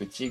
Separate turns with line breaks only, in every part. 内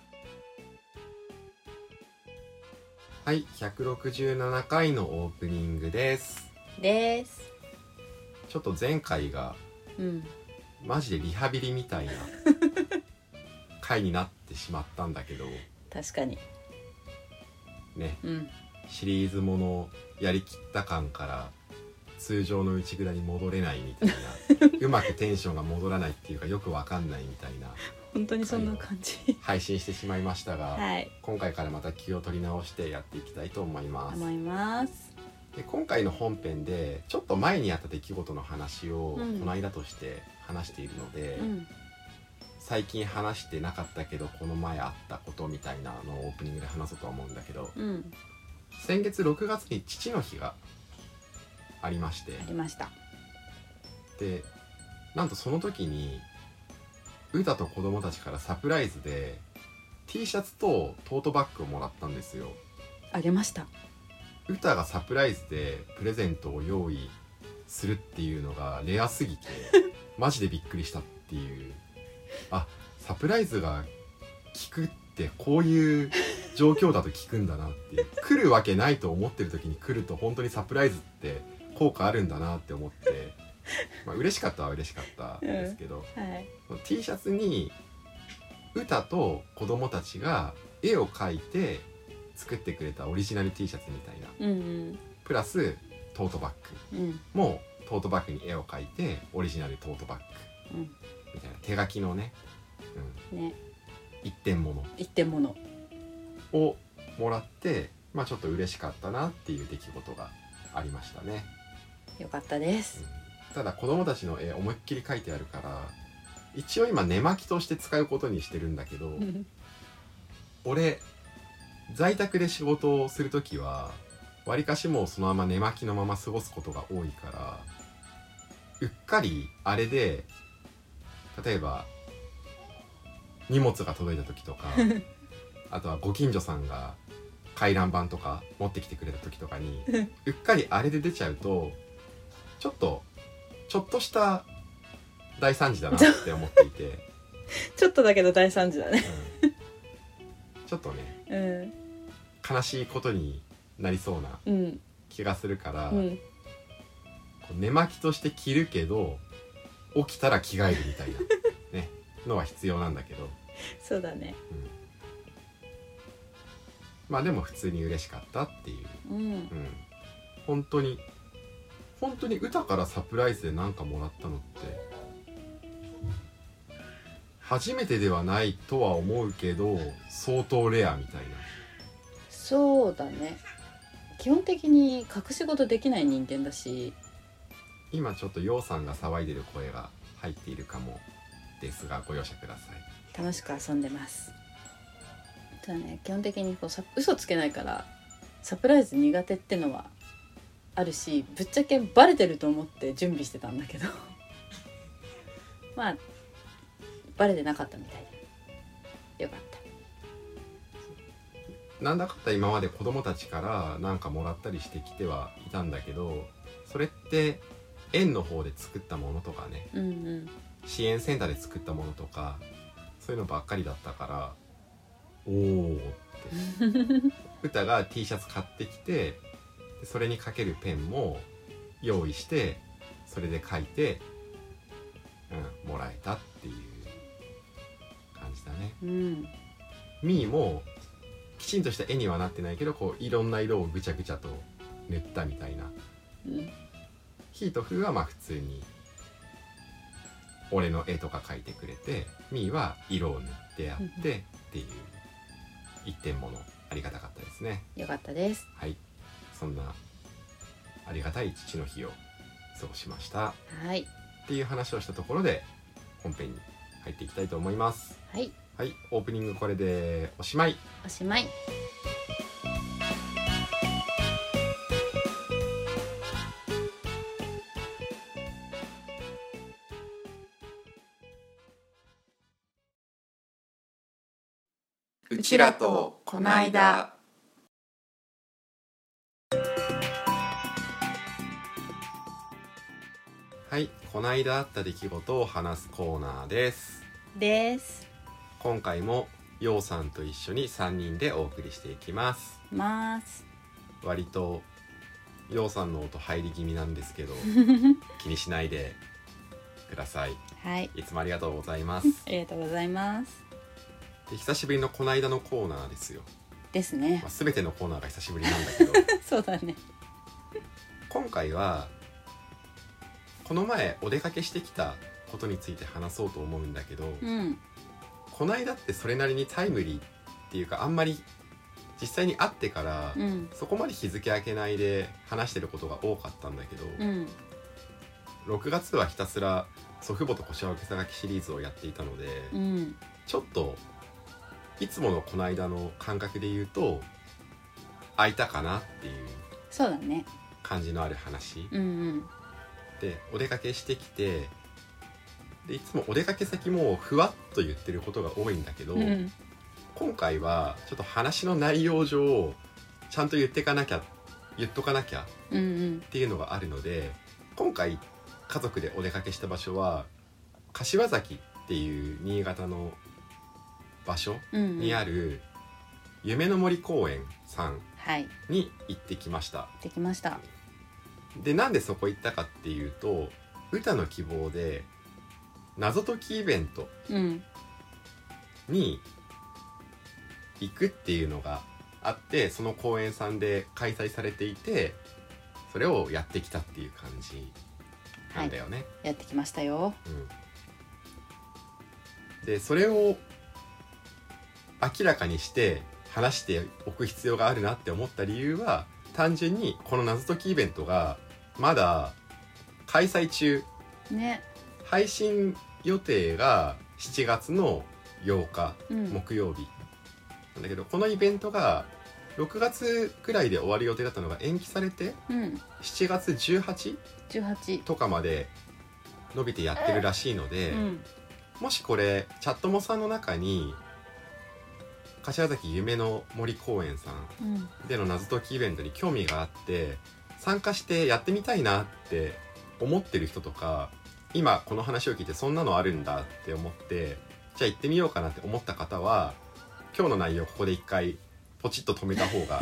はい167回のオープニングです
です
ちょっと前回が
うん
マジでリハビリみ たいな回になってしまったんだけど
確かに
ね
うん
シリーズものをやりきった感から通常の内蔵に戻れないみた いなうまくテンションが戻らないっていうかよくわかんないみたいな
本当にそんな感じ
配信してしまいましたが、
はい
今回からまた気を取り直してやっていきたいと思います
思います
で今回の本編でちょっと前にあった出来事の話を
うん
この間として話しているので、
うん
最近話してなかったけどこの前あったことみたいなのをオープニングで話そうとは思うんだけど
うん
先月6月に父の日がありまして
ありました
でなんとその時に歌と子供たちからサプライズで T シャツとトートバッグをもらったんですよ
あげました
歌がサプライズでプレゼントを用意するっていうのがレアすぎてマジでびっくりしたっていうあサプライズが聞くってこういう状況だと聞くんだなっていう来るわけないと思ってる時に来ると本当にサプライズって効果あるんだなって思って、まあ嬉しかったは嬉しかったですけど、
はい
その T シャツに歌と子供たちが絵を描いて作ってくれたオリジナル T シャツみたいな
うん
プラストートバ
う
ッ
んうん
グもトートバッグに絵を描いてオリジナルトートバッグみたいな手書きのね、
うんね
うん、一点物
一点物
をもらってまあちょっと嬉しかったなっていう出来事がありましたね、
よかったで
う
す
んただ子供たちの絵思いっきり描いてあるから一応今寝巻きとして使うことにしてるんだけど、
うん
俺在宅で仕事をする時はわりかしもうそのまま寝巻きのまま過ごすことが多いからうっかりあれで例えば荷物が届いた時とかあとはご近所さんが回覧板とか持ってきてくれた時とかにうっかりあれで出ちゃうとちょっとちょっとした大惨事だなって思っていて、
ちょっとだけど大惨事だね
うんちょっとね
うん
悲しいことになりそうな
うん
気がするから、
うん
こう寝巻きとして着るけど起きたら着替えるみ たいなねのは必要なんだけど、
そうだね
うんまあでも普通に嬉しかったっていう、
うん
うん、本当に本当に歌からサプライズで何かもらったのって初めてではないとは思うけど相当レアみたいな。
そうだね基本的に隠し事できない人間だし
今ちょっとようさんが騒いでる声が入っているかもですがご容赦ください
楽しく遊んでますそうだね基本的にこうさ嘘つけないからサプライズ苦手ってのはあるしぶっちゃけバレてると思って準備してたんだけど まあバレてなかったみたいでよかった
なんだかんだ今まで子供たちからなんかもらったりしてきてはいたんだけどそれって園の方で作ったものとかね
うんうん
支援センターで作ったものとかそういうのばっかりだったからおおって 歌が T シャツ買ってきてでそれにかけるペンも用意してそれで書いて、うん、もらえたっていう
うん
ミーもきちんとした絵にはなってないけどこういろんな色をぐちゃぐちゃと塗ったみたいな
うん
ヒーとフーはまあ普通に俺の絵とか描いてくれてミーは色を塗ってやってっていう一点ものありがたかったですね
よかったです
はいそんなありがたい父の日を過ごしました
はい
っていう話をしたところで本編に入っていきたいと思います
はい
はいオープニングこれでおしまい
おしまい
うちらとこないだ
はいこないだあった出来事を話すコーナーです
です
今回もようさんと一緒に3人でお送りしていきます
ます
割とようさんの音入り気味なんです けど気にしないでください
はい
いつもありがとうございます
ありがとうございます
で久しぶりのこないだのコーナーですよ、
ですね
まあ、全てのコーナーが久しぶりなんだけど
そうだね
今回はこの前お出かけしてきたことについて話そうと思うんだけど、
うん
こないだってそれなりにタイムリーっていうかあんまり実際に会ってから、
うん
そこまで日付明けないで話してることが多かったんだけど、
うん
6月はひたすら祖父母と腰をけさがきシリーズをやっていたので、
うん
ちょっといつものこの間の感覚で言うと空いたかなっていう
そうだね
感じのある話、
うんうん
でお出かけしてきてでいつもお出かけ先もふわっと言ってることが多いんだけど、
うん
今回はちょっと話の内容上ちゃんと言ってかなきゃ言っとかなきゃ
うんうん
っていうのがあるので今回家族でお出かけした場所は柏崎っていう新潟の場所
うん
にある夢の森公園さん
はい
に行ってきました
できました
でなんでそこ行ったかっていうと歌の希望で謎解きイベント
うん
に行くっていうのがあってその公園さんで開催されていてそれをやってきたっていう感じなんだよね。
やってきましたよ
うん、でそれを明らかにして話しておく必要があるなって思った理由は単純にこの謎解きイベントがまだ開催中
ね
配信予定が7月の8日
うん
木曜日なんだけどこのイベントが6月くらいで終わる予定だったのが延期されて
うん
7月18
18
とかまで伸びてやってるらしいの
う
で、
ん
もしこれチャットモさんの中に柏崎夢の森公園さん
うん
での謎解きイベントに興味があって参加してやってみたいなって思ってる人とか今この話を聞いてそんなのあるんだって思ってじゃあ行ってみようかなって思った方は今日の内容ここで一回ポチッと止めた方 が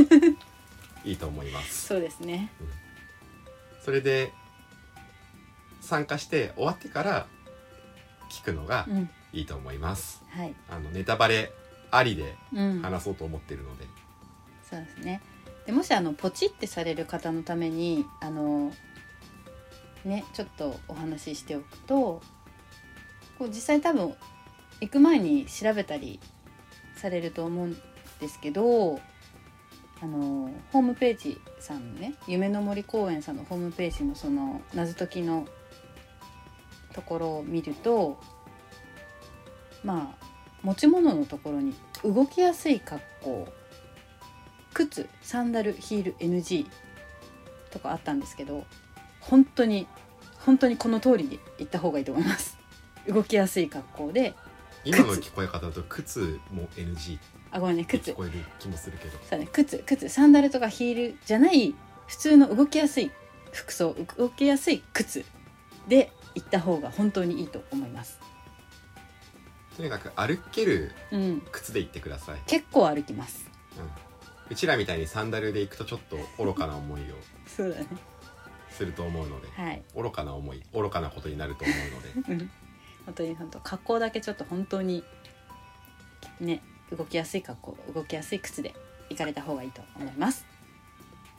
いいと思います。
そうですね
それで参加して終わってから聞くのが
うん
いいと思います、
はい
あのネタバレありで
うん
話そうと思ってるので、
そうですねでもしあのポチってされる方のためにあのねちょっとお話ししておくとこう実際多分行く前に調べたりされると思うんですけどあのホームページさんのね夢の森公園さんのホームページのその謎解きのところを見るとまあ持ち物のところに動きやすい格好靴サンダルヒール NG とかあったんですけど本当に本当にこの通りに行った方がいいと思います 動きやすい格好で
今の聞こえ方だと靴も NG っ
あごめんね
て
靴
聞こえる気もするけど
そうね靴靴サンダルとかヒールじゃない普通の動きやすい服装動きやすい靴で行った方が本当にいいと思います
とにかく歩ける
うん
靴で行ってください、うん、
結構歩きます
うちらみたいにサンダルで行くとちょっと愚かな思いを
そうだね
すると思うので
はい
愚かな思い愚かな ことになると思うので
うん本当に本当格好だけちょっと本当にね動きやすい格好動きやすい靴で行かれた方がいいと思います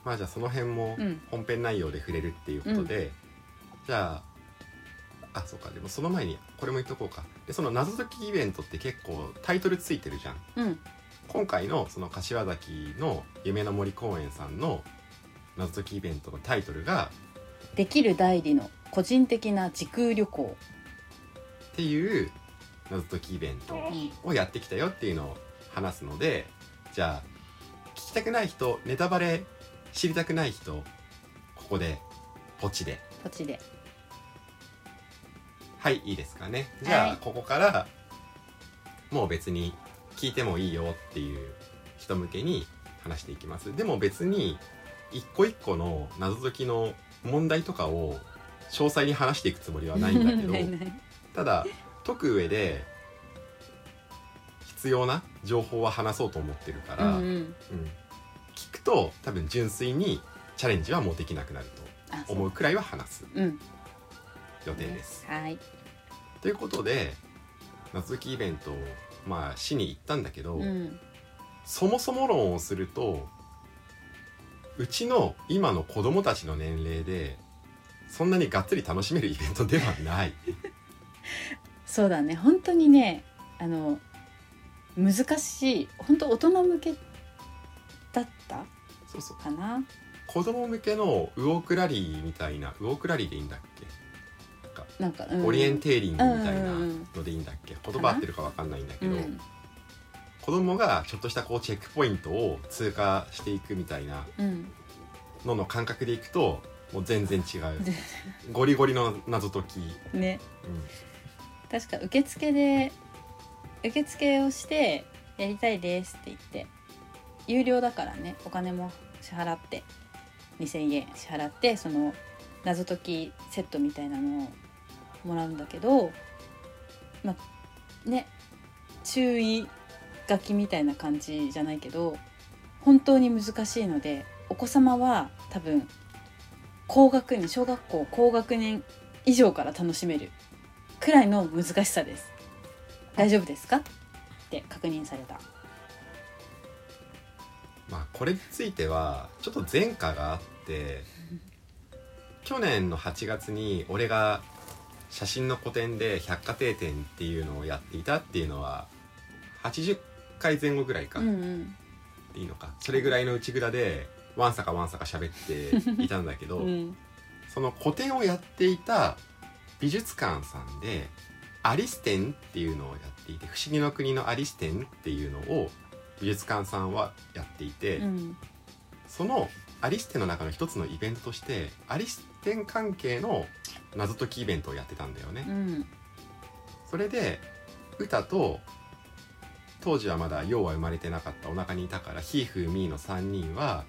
まあじゃあその辺も
うん
本編内容で触れるっていうことで、じゃああそうかでもその前にこれも言っとこうかでその謎解きイベントって結構タイトルついてるじゃん
うん
今回のその柏崎の夢の森公園さんの謎解きイベントのタイトルが
できる代理の個人的な時空旅行
っていう謎解きイベント
うん
をやってきたよっていうのを話すのでじゃあ聞きたくない人ネタバレ知りたくない人ここでポチで
ポチで
はいいいですかねじゃあ、
はい
ここからもう別に聞いてもいいよっていう人向けに話していきますでも別に一個一個の謎解きの問題とかを詳細に話していくつもりはないんだけど
ないない
ただ解く上で必要な情報は話そうと思ってるか
う
ら、
んうん
うん聞くと多分純粋にチャレンジはもうできなくなる
あ
と
そ
思
う
うくらいは話す
うん
予定です。
はい
ということで謎解きイベントをまあしに行ったんだけど、
うん
そもそも論をするとうちの今の子供たちの年齢でそんなにがっつり楽しめるイベントではない。
そうだね本当にねあの難しい本当大人向けだった
そうそう
かな
子供向けのウォークラリーみたいなウォークラリーでいいんだっけ
なんか、うん
オリエンテーリングみた
う
いな
んうんうん
のでいいんだっけ言葉合ってるかわかんないんだけど、
うん
子供がちょっとしたこうチェックポイントを通過していくみたいな
うん
のの感覚でいくともう全然違う ゴリゴリの謎解き、
ね
うん
確か受付で受付をして「やりたいです」って言って有料だからねお金も支払って2,000円支払ってその謎解きセットみたいなのをもらうんだけどまあね注意書きみたいな感じじゃないけど本当に難しいのでお子様は多分高学年小学校高学年以上から楽しめるくらいの難しさです大丈夫ですかって確認された
まあこれについてはちょっと前科があって去年の8月に俺が写真の個展で百貨店展っていうのをやっていたっていうのは80回前後ぐらいか、
うんうん
いいのかそれぐらいの内蔵でわんさかわんさか喋っていたんだけど、
うん
その個展をやっていた美術館さんでアリス展っていうのをやっていて「不思議の国のアリス展」っていうのを美術館さんはやっていて、
うん
そのアリス展の中の一つのイベントとしてアリス展関係の謎解きイベントをやってたんだよね。
うん
それで歌と当時はまだ陽は生まれてなかったお腹にいたからひーふーみーの3人は、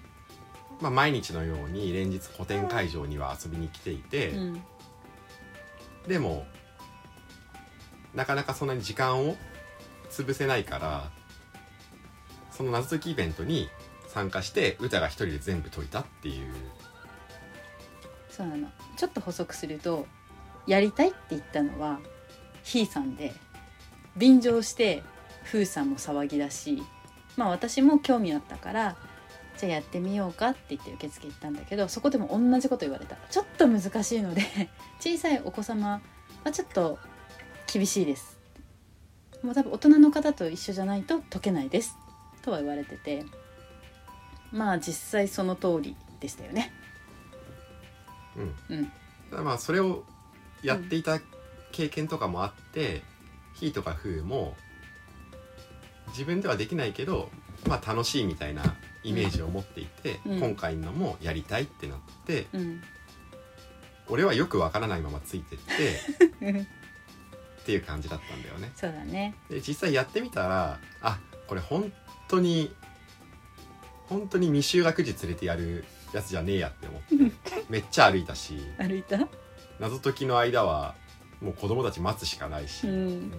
まあ、毎日のように連日古典会場には遊びに来ていて、
うん
でもなかなかそんなに時間を潰せないからその謎解きイベントに参加して歌が一人で全部解いたっていう
そうなのちょっと補足するとやりたいって言ったのはひーさんで便乗してふーさんも騒ぎだしまあ私も興味あったからじゃあやってみようかって言って受付行ったんだけどそこでも同じこと言われたちょっと難しいので 小さいお子様はちょっと厳しいですもう多分大人の方と一緒じゃないと解けないですとは言われててまあ実際その通りでしたよね
うん、
うん
ただまあそれをやっていた経験とかもあって、ひーとかふーも自分ではできないけど、まあ、楽しいみたいなイメージを持っていて、
うん
今回のもやりたいってなって
うん
俺はよくわからないままついてってっていう感じだったんだよね。
そうだね
で実際やってみたらあこれ本当に本当に未就学児連れてやるやつじゃねえやって 思ってめっちゃ歩いたし。
歩いた
謎解きの間はもう子供たち待つしかないし、
ん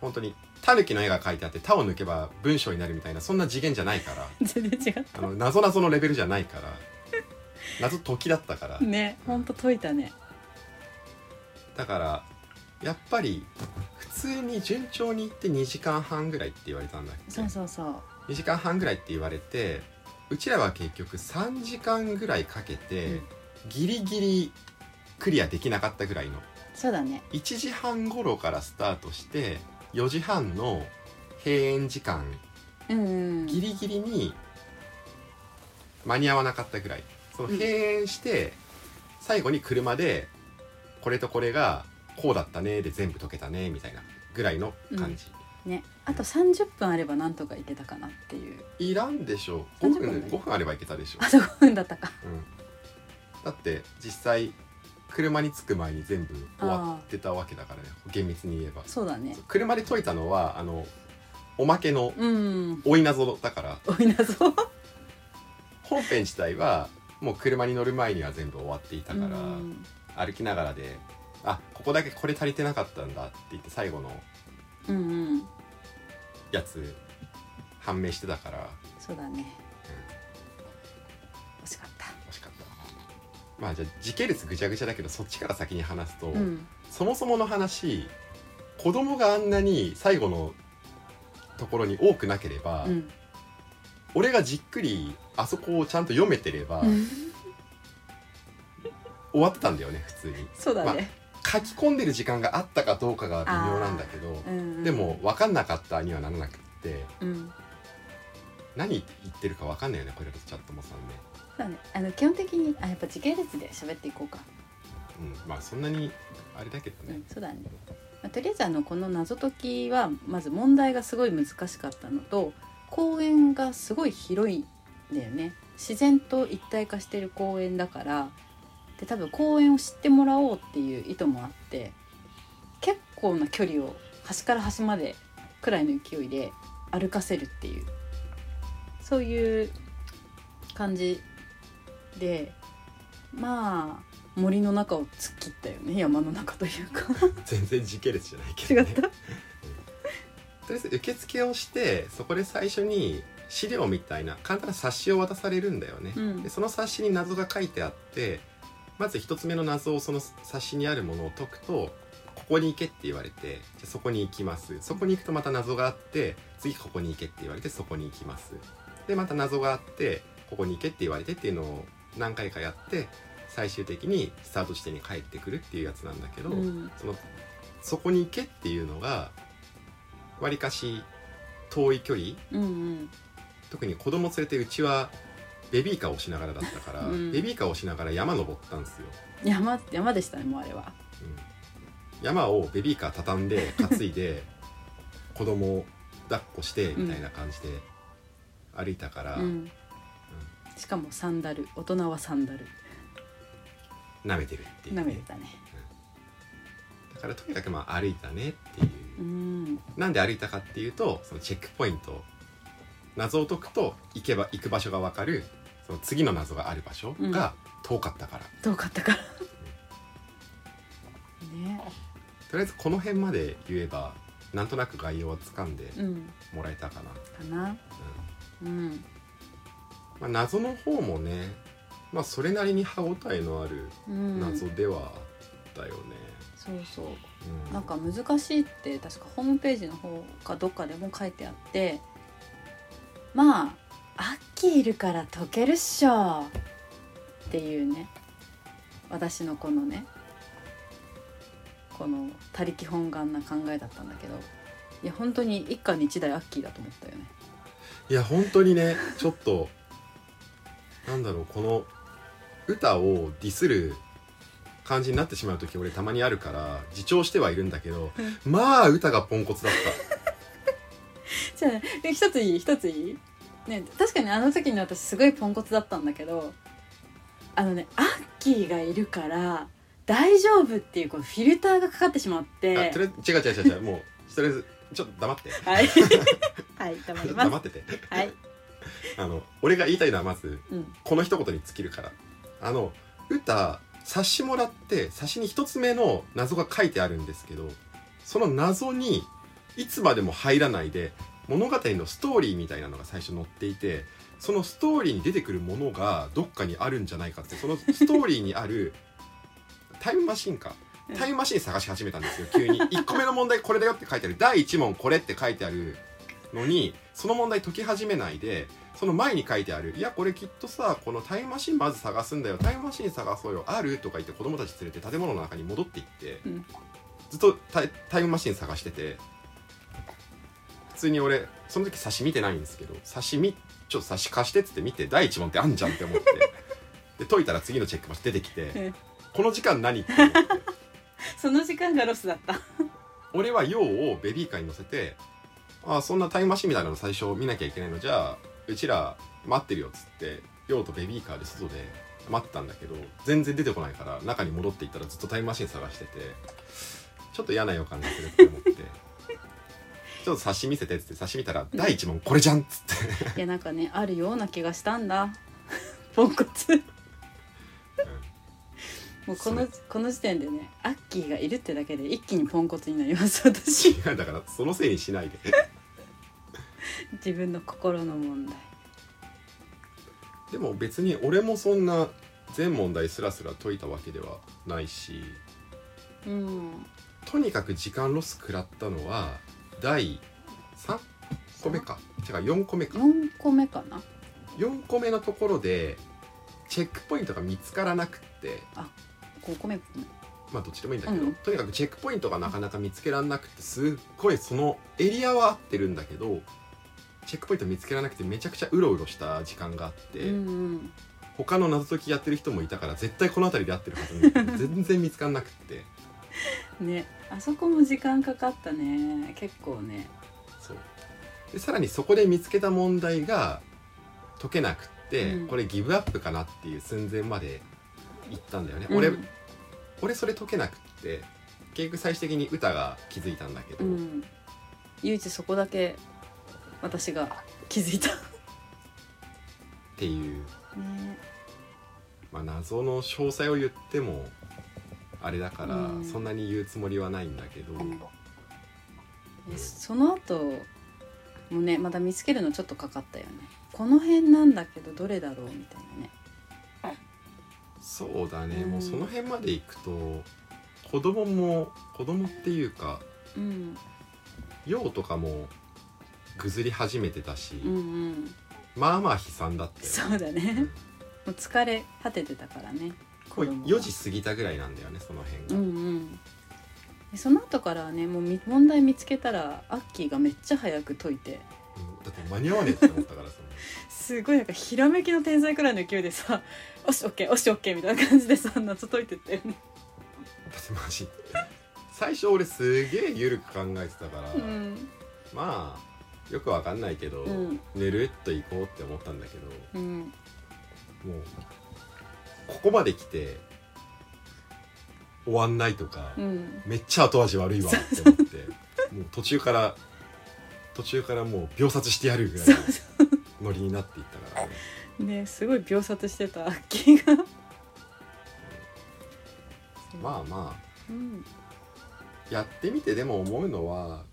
本当にタヌキの絵が描いてあって「他を抜けば文章になるみたいなそんな次元じゃないから
全然違っ
あの謎謎のレベルじゃないから謎解きだったから、
たねほんと解いたね
だからやっぱり普通に順調にいって2時間半ぐらいって言われたんだっけ
そうそうそう
2時間半ぐらいって言われてうちらは結局3時間ぐらいかけて、
うん
ギリギリクリアできなかったぐらいの
そうだね
1時半頃からスタートして4時半の閉園時間
うんうん
ギリギリに間に合わなかったぐらいその
うん
閉園して最後に車でこれとこれがこうだったねで全部解けたねみたいなぐらいの感じ、
ねあと30分あればなんとかいけたかなっていう
いらんでしょ5
30
分
分
5分あればいけたでしょ
あと5分だったか
うん、だって実際車に着く前に全部終わってたわけだからね厳密に言えば
そうだね
車で解いたのはあのおまけの
うん
追い謎だから
おいなぞ
本編自体はもう車に乗る前には全部終わっていたから、
うん
歩きながらで「あここだけこれ足りてなかったんだ」って言って最後の
うんうん
やつ判明してたから
そうだね惜しかった
惜しかったまあじゃあ時系列ぐちゃぐちゃだけどそっちから先に話すと、
うん
そもそもの話子供があんなに最後のところに多くなければ、
うん
俺がじっくりあそこをちゃんと読めてれば、
うん
終わってたんだよね普通に
そうだね
書き込んでる時間があったかどうかが微妙なんだけど、
うんうん
でも分かんなかったにはならなくって
うん
何言ってるか分かんないよねこれだとチャットもさんね、
そうだねあの基本的にあやっぱ時系列で喋っていこうか
うん、まあそんなにあれだけど
う
ね
ん、そうだね、まあ、とりあえずあのこの謎解きはまず問題がすごい難しかったのと公園がすごい広いんだよね自然と一体化してる公園だからで多分公園を知ってもらおうっていう意図もあって結構な距離を端から端までくらいの勢いで歩かせるっていうそういう感じでまあ森の中を突っ切ったよね山の中というか
全然時系列じゃない け
違
ど
っ
ね
た
とりあえず受付をしてそこで最初に資料みたいな簡単な冊子を渡されるんだよね、
うん
でその冊子に謎が書いてあってまず一つ目の謎をその冊子にあるものを解くとここに行けって言われてじゃあそこに行きますそこに行くとまた謎があって次ここに行けって言われてそこに行きますでまた謎があってここに行けって言われてっていうのを何回かやって最終的にスタート地点に帰ってくるっていうやつなんだけど、
うん
そのそこに行けっていうのがわりかし遠い距離
うん
特に子供連れてうちはベビーカーを押しながらだったから、
うん
ベビーカーを押しながら山登ったんですよ、
うん山山でしたねもうあれは
うん山をベビーカー畳んで担い で子供を抱っこしてみたいな感じで歩いたから、
うんしかもサンダル大人はサンダル
舐めてるっていうね、
舐めてたね
だからとにかくまあ歩いたねっていう
うん
なんで歩いたかっていうとそのチェックポイント謎を解くと行けば行く場所が分かるその次の謎がある場所が遠かったから、
遠かったからね
とりあえずこの辺まで言えばなんとなく概要はつかんで
うん
もらえたかな、
かなうん
うんまあ、謎の方もねまあそれなりに歯応えのある
うん
謎ではだよね、
そうそう
うん
なんか難しいって確かホームページの方かどっかでも書いてあってまあ秋いるから解けるっしょっていうね私のこのねこの他力本願な考えだったんだけどいや本当に一家に一台アッキーだと思ったよね
いや本当にねちょっとなんだろうこの歌をディスる感じになってしまう時俺たまにあるから自重してはいるんだけどまあ歌がポンコツだっ
じゃあえ一ついい一ついいね確かにあの時に私すごいポンコツだったんだけどあのねアッキーがいるから大丈夫っていうこのフィルターがかかってしまったて
あとりあえず違う違う違う違うもうとりあえずちょっと黙って
はい はい黙ります
黙ってて
はい
あの俺が言いたいのはまず
うん
この一言に尽きるからあの歌冊子もらって冊子に一つ目の謎が書いてあるんですけどその謎にいつまでも入らないで物語のストーリーみたいなのが最初載っていてそのストーリーに出てくるものがどっかにあるんじゃないかってそのストーリーにある タイムマシンかタイムマシーン探し始めたんですよ急に1個目の問題これだよって書いてある第1問これって書いてあるのにその問題解き始めないでその前に書いてある「いやこれきっとさこのタイムマシーンまず探すんだよタイムマシーン探そうよある?」とか言って子供たち連れて建物の中に戻っていって、
うん
ずっとタイタイムマシーン探してて普通に俺その時差し見てないんですけど差し見ちょっと差し貸してっつって見て第1問ってあんじゃんって思ってで解いたら次のチェックマッチ出てき
う
て
ん
「この時間何?」って思って。
その時間がロスだ った
俺は用をベビーカーに乗せてああそんなタイムマシンみたいなの最初見なきゃいけないのじゃあうちら待ってるよっつって用とベビーカーで外で待ってたんだけど全然出てこないから中に戻っていったらずっとタイムマシン探しててちょっと嫌な予感がするって思って ちょっと差し見せてっつって差し見たら第一問これじゃんっつって
いやなんかねあるような気がしたんだ ポンコツもうこの
そ
この時点でねアッキーがいるってだけで一気にポンコツになります私
いやだからそのせいにしないで
自分の心の問題
でも別に俺もそんな全問題すらすら解いたわけではないし
うん
とにかく時間ロス食らったのは第3個目か違う4個目か
4個目かな
4個目のところでチェックポイントが見つからなくって
5個目かな
まあどっちでもいいんだけど、
うん
とにかくチェックポイントがなかなか見つけられなくてすっごいそのエリアは合ってるんだけどチェックポイント見つけられなくてめちゃくちゃうろうろした時間があって、
うんうん
他の謎解きやってる人もいたから絶対この辺りで合ってるはずなん だけど全然見つからなくって
ねあそこも時間かかったね結構ね
そうでさらにそこで見つけた問題が解けなくって、
うん
これギブアップかなっていう寸前まで行ったんだよね、
う
俺
ん
俺それ解けなくって結局最終的に歌が気づいたんだけど、
うん唯一そこだけ私が気づいた
っていう、
ね
まあ、謎の詳細を言ってもあれだから、
うん
そんなに言うつもりはないんだけど、
えその後もねまだ見つけるのちょっとかかったよねこの辺なんだけどどれだろうみたいなね
そうだね、
うん
もうその辺まで行くと子供も子供っていうか
うん
用とかもぐずり始めてたし、
うんうん
まあまあ悲惨だったよ
そ
ね
うだねもう疲れ果ててたからね
これ
子供は
4時過ぎたぐらいなんだよねその辺
う
が、
んうんでその後からはねもうみ問題見つけたらアッキーがめっちゃ早く解いて
うんだって間に合わねえって思ったからその
すごいなんかひらめきの天才くらいの勢いでさ 「おしオッケーおしオッケー」みたいな感じでさ謎解いてったよね
だってマジ最初俺すげえ緩く考えてたから、
うん
まあよくわかんないけど、
うん
ぬるっと行こうって思ったんだけど
うん
もうここまで来て終わんないとか、
うん
めっちゃ後味悪いわって思ってもう途中から途中からもう秒殺してやるぐらい
そう
の
そ
ノリになっていったから、ね、
うねすごい秒殺してたアッキーが
まあまあ
うん
やってみてでも思うのは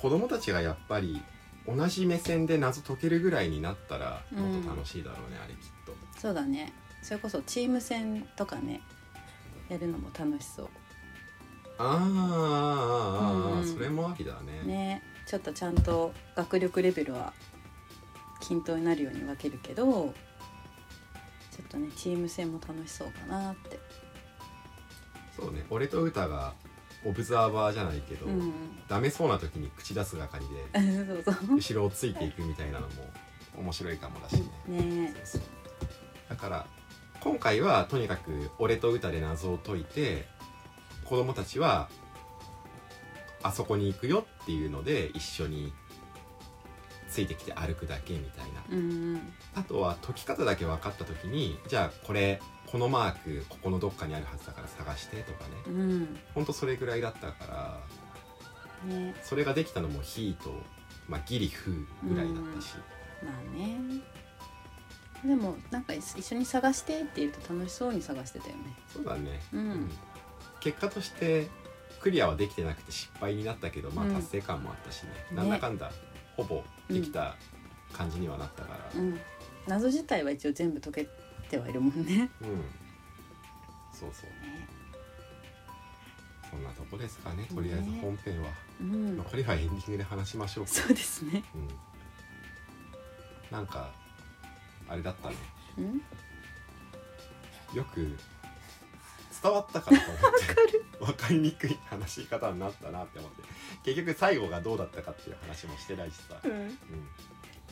子供たちがやっぱり同じ目線で謎解けるぐらいになったらもっと楽しいだろうね、あれきっと
そうだねそれこそチーム戦とかねやるのも楽しそ
あーあーあーあー、
うん
それもありだね
うねちょっとちゃんと学力レベルは均等になるように分けるけどちょっとねチーム戦も楽しそうかなって
そうね俺と歌がオブザーバーじゃないけど、
うん
ダメそうな時に口出す係で
そうそう
後ろをついていくみたいなのも面白いかもだしね、
ね
そうそうだから今回はとにかく俺と歌で謎を解いて子供たちはあそこに行くよっていうので一緒についてきて歩くだけみたいな
うん
あとは解き方だけ分かった時にじゃあこれこのマークここのどっかにあるはずだから探してとかね
うん
ほんとそれぐらいだったから
ね
それができたのも「ヒーと、まあ、ギリ「フーぐらいだったし、
まあねでもなんか一緒に探してって言うと楽しそうに探してたよね
そうだね
うん、
結果としてクリアはできてなくて失敗になったけど、まあ、
うん
達成感もあったしね、
ね
なんだかんだほぼできた感じにはなったから、
うん謎自体は一応全部解け てはいるもんね
うんそうそう
ね
こんなとこですかね
うん
とりあえず本編は、
うん
残りはエンディングで話しましょうか、
そうですね
うん、なんかあれだったね
うん
よく伝わったかなと思って分かりにくい話し方になったなって思って結局最後がどうだったかっていう話もしてないしさ、
うん
うん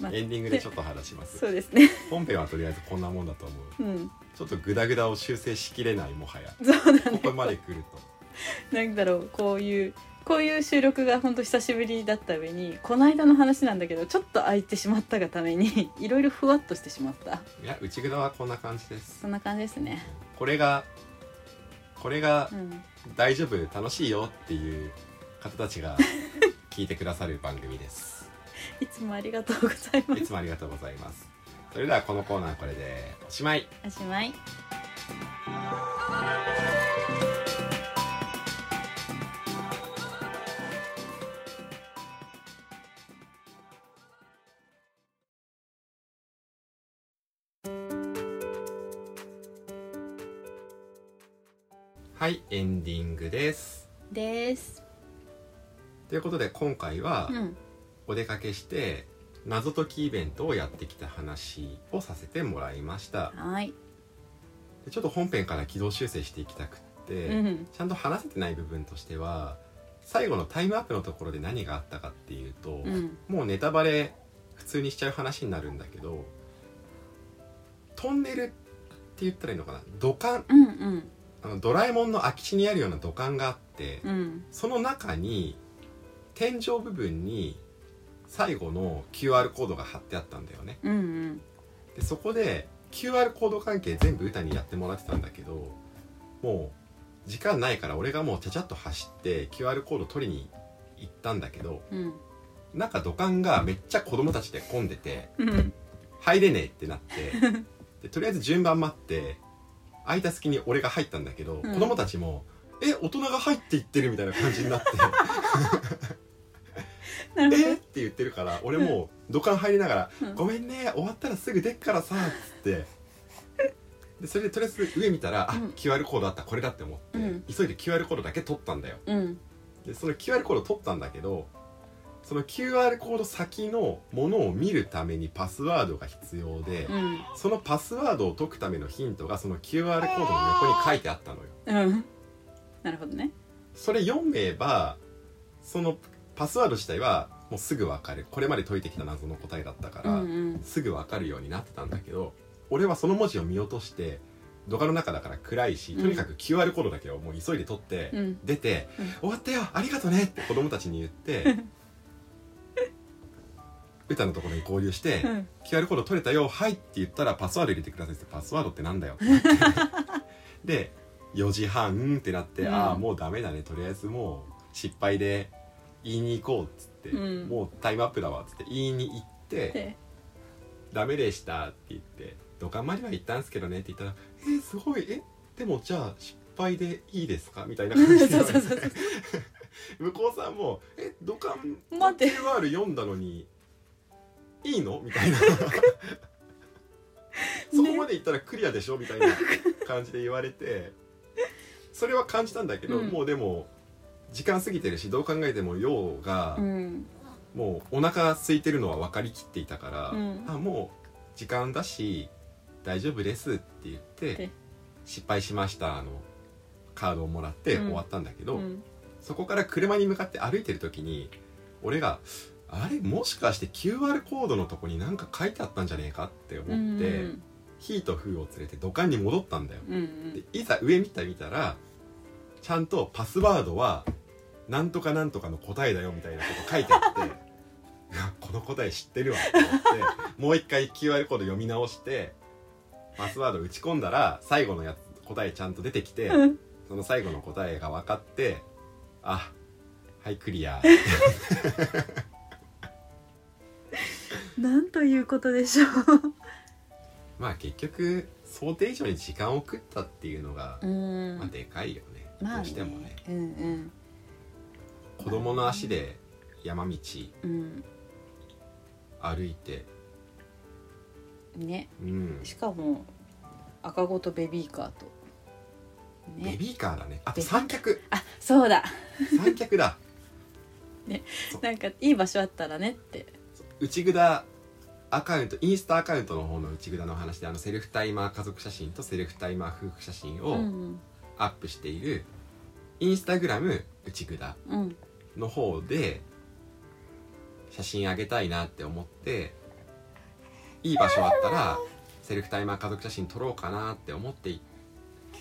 まあ
エンディングでちょっと話します
そうですね
本編はとりあえずこんなもんだと思う
うん
ちょっとグダグダを修正しきれないも はや
そうだ
こ
ね
こまで来ると
なんだろうこういうこういう収録が本当久しぶりだった上にこの間の話なんだけどちょっと空いてしまったがために いろいろふわっとしてしまった
いや内札はこんな感じです
そんな感じですね
これがこれが
うん
大丈夫楽しいよっていう方た ちが聞いてくださる番組です
いつもありがとうございま
い
す
つもありがとうございますそれではこのコーナーこれでおしまい
おしまい
はいエンディングです
です
ということで今回は
うん
お出かけして謎解きイベントをやってきた話をさせてもらいました
はい
でちょっと本編から軌道修正していきたくって、
うん
ちゃんと話せてない部分としては最後のタイムアップのところで何があったかっていうと、
うん
もうネタバレ普通にしちゃう話になるんだけどトンネルって言ったらいいのかな土管
うんうん
あのドラえもんの空き地にあるような土管があって、
うん
その中に天井部分に最後の QR コードが貼ってあったんだよね。
うんうん
でそこで QR コード関係全部歌にやってもらってたんだけどもう時間ないから俺がもうちゃちゃっと走って QR コード取りに行ったんだけど
うん
なんか土管がめっちゃ子供たちで混んでて
うん
入れねえってなって でとりあえず順番待って空いた隙に俺が入ったんだけど、
うん
子供たちも「え大人が入っていってる」みたいな感じになって
な
「
るほ
え っ?」
ど
て言ってるから俺もう土管入りながら
う
「
ん
ごめんね終わったらすぐ出っからさ」っつってでそれでとりあえず上見たら「あ
うん
QR コードあったこれだ」って思って、
うん
急いで QR コードだけ取ったんだよ。
うん
でその QR コード取ったんだけどその QR コード先のものを見るためにパスワードが必要で、
うん
そのパスワードを解くためのヒントがその QR コードの横に書いてあったのよ
うんなるほどね
それ読めばそのパスワード自体はもうすぐわかるこれまで解いてきた謎の答えだったか
う
ら、
んうん
すぐわかるようになってたんだけど俺はその文字を見落として動画の中だから暗いしとにかく QR コードだけをもう急いで取って、
うん
出て、
うん
終わったよありがとね」って子供たちに言って歌のところに合流して
うん
QR コード取れたよはいって言ったらパスワード入れてくださいってパスワードってなんだよってなって で4時半ってなって、
うん
ああもうダメだねとりあえずもう失敗で言いに行こうっつって、
うん
もうタイムアップだわっつって言いに行って
で
「ダメでした」って言って「土管までは行ったんですけどね」って言ったら「えー、すごいえでもじゃあ失敗でいいですか?」みたいな
そ
感
う
じで
そうそうそう
向こうさんも「え土管
待って
QR 読んだのにいいの?」みたいなそこまでいったらクリアでしょみたいな感じで言われてそれは感じたんだけど、
うん
もうでも時間過ぎてるしどう考えても用が、
うん
もうお腹空いてるのは分かりきっていたから、
うん
あもう時間だし大丈夫ですって言っ
で
て失敗しましたあのカードをもらって
うん
終わったんだけ
う
ど、
ん
そこから車に向かって歩いてる時に俺が「あれもしかして QR コードのとこに何か書いてあったんじゃねえか?」って思って、
うん
ヒーとフーを連れて土管に戻ったんだよ。
うんうん
でいざ上見た見たらちゃんとパスワードは「なんとかなんとかの答えだよ」みたいなこと書いてあって うわこの答え知ってるわって思ってもう一回 QR コード読み直してパスワード打ち込んだら最後のやつ答えちゃんと出てきて
うん
その最後の答えが分かってあはいクリア
なんということでしょ
まあ結局想定以上に時間を食ったっていうのが
う。う、ん
まあ、でかいよね、
まあ
どうしてもね
うん
子供の足で山道
うん
歩いて
うんね
うん
しかも赤子とベビーカーと
ベ
ね
ビーカーだねあと
ベビー
三脚
あそうだ
三脚だ
なんかいい場所あったらねって
内蔵アカウントインスタアカウントの方の内蔵の話であのセルフタイマー家族写真とセルフタイマー夫婦写真
う
を
ん
アップしている、インスタグラム内蔵
うん
の方で写真あげたいなって思っていい場所あったらセルフタイマー家族写真撮ろうかなって思って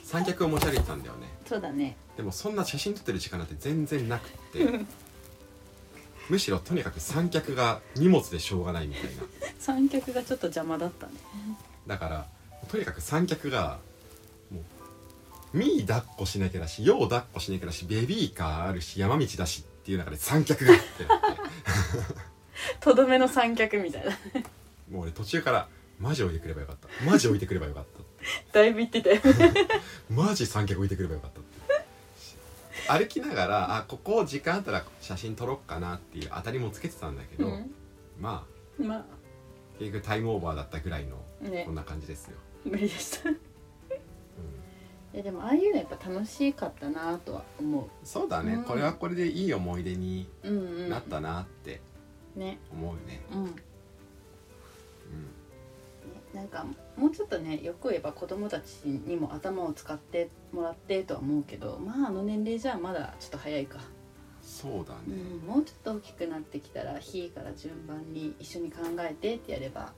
三脚を持ち歩いてたんだよね
そうだね
でもそんな写真撮ってる時間なんて全然なくってむしろとにかく三脚が荷物でしょうがないみたいな
三脚がちょっと邪魔だったね
だからとにかく三脚がもう「み」抱っこしなきゃだし「よ」抱っこしなきゃだしベビーカーあるし山道だしっていう中で三脚がってなって。
とどめの三脚みたいな
もう俺途中からマジ置いてくればよかったマジ置いてくればよかった
だいぶ言ってたよ
マジ三脚置いてくればよかったって歩きながらあここ時間あったら写真撮ろっかなっていう当たりもつけてたんだけど、まあ
うんま
結局タイムオーバーだったぐらいの
あね
こんな感じですよ、
無理でしたいやでもああいうのやっぱ楽しかったなとは思
うん、そうだね、
うん
これはこれでいい思い出に
ううんうん
なったなって
ね
思うね、
うん
う
なんかもうちょっとねよく言えば子供たちにも頭を使ってもらってとは思うけどまああの年齢じゃまだちょっと早いか、
ん、そうだね、
うん、もうちょっと大きくなってきたら日から順番に一緒に考えてってやれば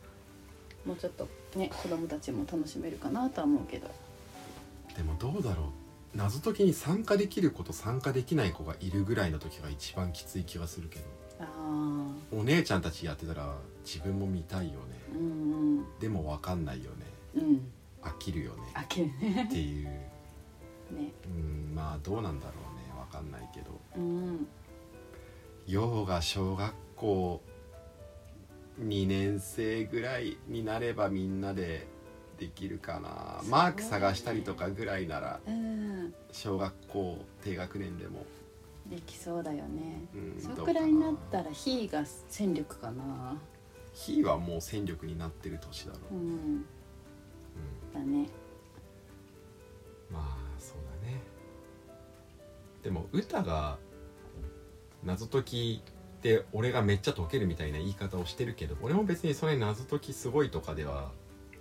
もうちょっとね子供たちも楽しめるかなとは思うけど
でもどうだろう謎解きに参加できる子と参加できない子がいるぐらいの時が一番きつい気がするけど
ああ
お姉ちゃんたちやってたら自分も見たいよね
うんうん
でも分かんないよね
うん
飽きるよね
飽きるね
っていう
ね
うんまあどうなんだろうね分かんないけど
うん
陽が小学校2年生ぐらいになればみんなでできるかな、
そうね
マーク探したりとかぐらいなら
うん
小学校低学年でも、
できそうだよね
うん、
そ
ど
の
う
く
から
いになった
ら
ら日が戦力かな
火はもう戦力になってる年だろう、
うん
うん
だね
まあそうだねでも歌が謎解きって俺がめっちゃ解けるみたいな言い方をしてるけど俺も別にそれ謎解きすごいとかでは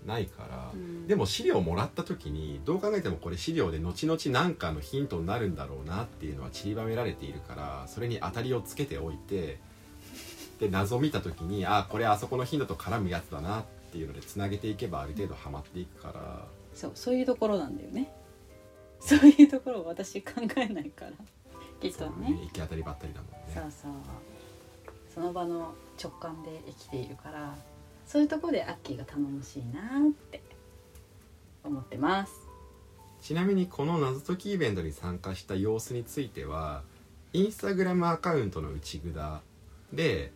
ないから、
うん
でも資料もらった時にどう考えてもこれ資料で後々何かのヒントになるんだろうなっていうのは散りばめられているからそれに当たりをつけておいてで謎見た時にあこれあそこのヒントと絡むやつだなっていうのでつなげていけばある程度ハマっていくから。
そうそういうところなんだよね そういうところを私考えない からきっとね
行き当たりばったりだもんね
そうそうその場の直感で生きているからそういうところでアッキーが頼もしいなって思ってます
ちなみにこの謎解きイベントに参加した様子についてはインスタグラムアカウントの内札で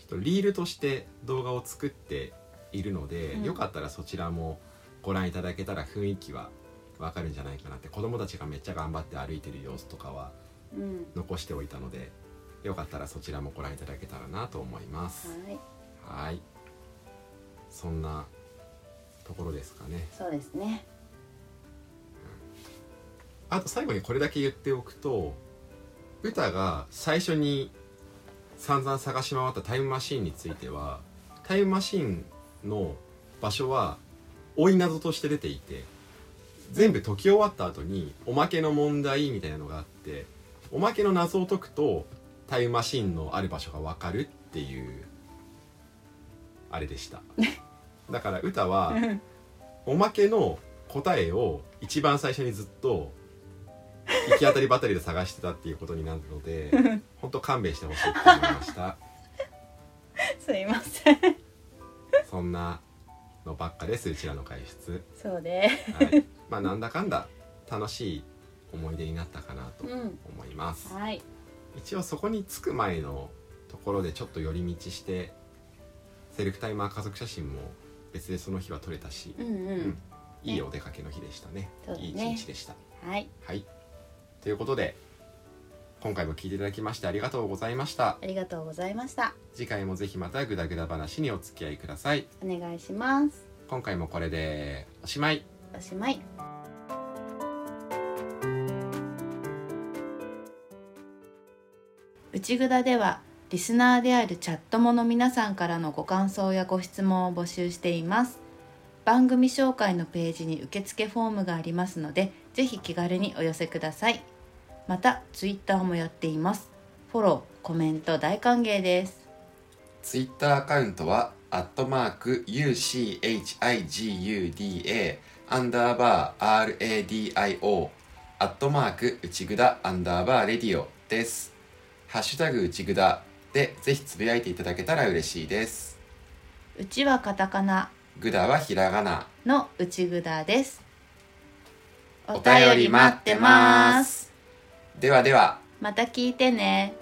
ちょっとリールとして動画を作っているので、
うん
よかったらそちらもご覧いただけたら雰囲気はわかるんじゃないかなって子供たちがめっちゃ頑張って歩いてる様子とかは
うん
残しておいたのでよかったらそちらもご覧いただけたらなと思います。
はい
はいそんなところですかね。
そうですね
あと最後にこれだけ言っておくと歌が最初に散々探し回ったタイムマシーンについてはタイムマシーンの場所は追い謎として出ていて全部解き終わった後におまけの問題みたいなのがあっておまけの謎を解くとタイムマシーンのある場所がわかるっていうあれでしただから歌は おまけの答えを一番最初にずっと行き当たりばったりで探してたっていうことになるので 本当勘弁してほしいと思いました
すいません
そんなのばっかですうちらの外出、
そうで
はい、まあなんだかんだ楽しい思い出になったかなと
うん
思います、
はい
一応そこに着く前のところでちょっと寄り道してセルフタイマー家族写真も別でその日は撮れたし、
うんうん、
うんいいお出かけの日でしたね
そうだね
いい一日でした
はい
はい。ということで、今回も聞いていただきましてありがとうございました。
ありがとうございました
次回もぜひまたグダグダ話にお付き合いください。
お願いします
今回もこれでおしまい。
おしまいちぐだではリスナーであるチャットもの皆さんからのご感想やご質問を募集しています番組紹介のページに受付フォームがありますのでぜひ気軽にお寄せくださいまたツイッターもやっていますフォローコメント大歓迎です
ツイッターアカウントは、アットマーク UCHIGUDA アンダーバー RADIO アットマーク内ぐだアンダーバーレディオです。ハッシュタグ内ぐだでぜひつぶやいていただけたら嬉しいです。
うちはカタカナ
ぐだはひらがな。
のうちぐだですお
お便り待ってますではでは。
また聞いてね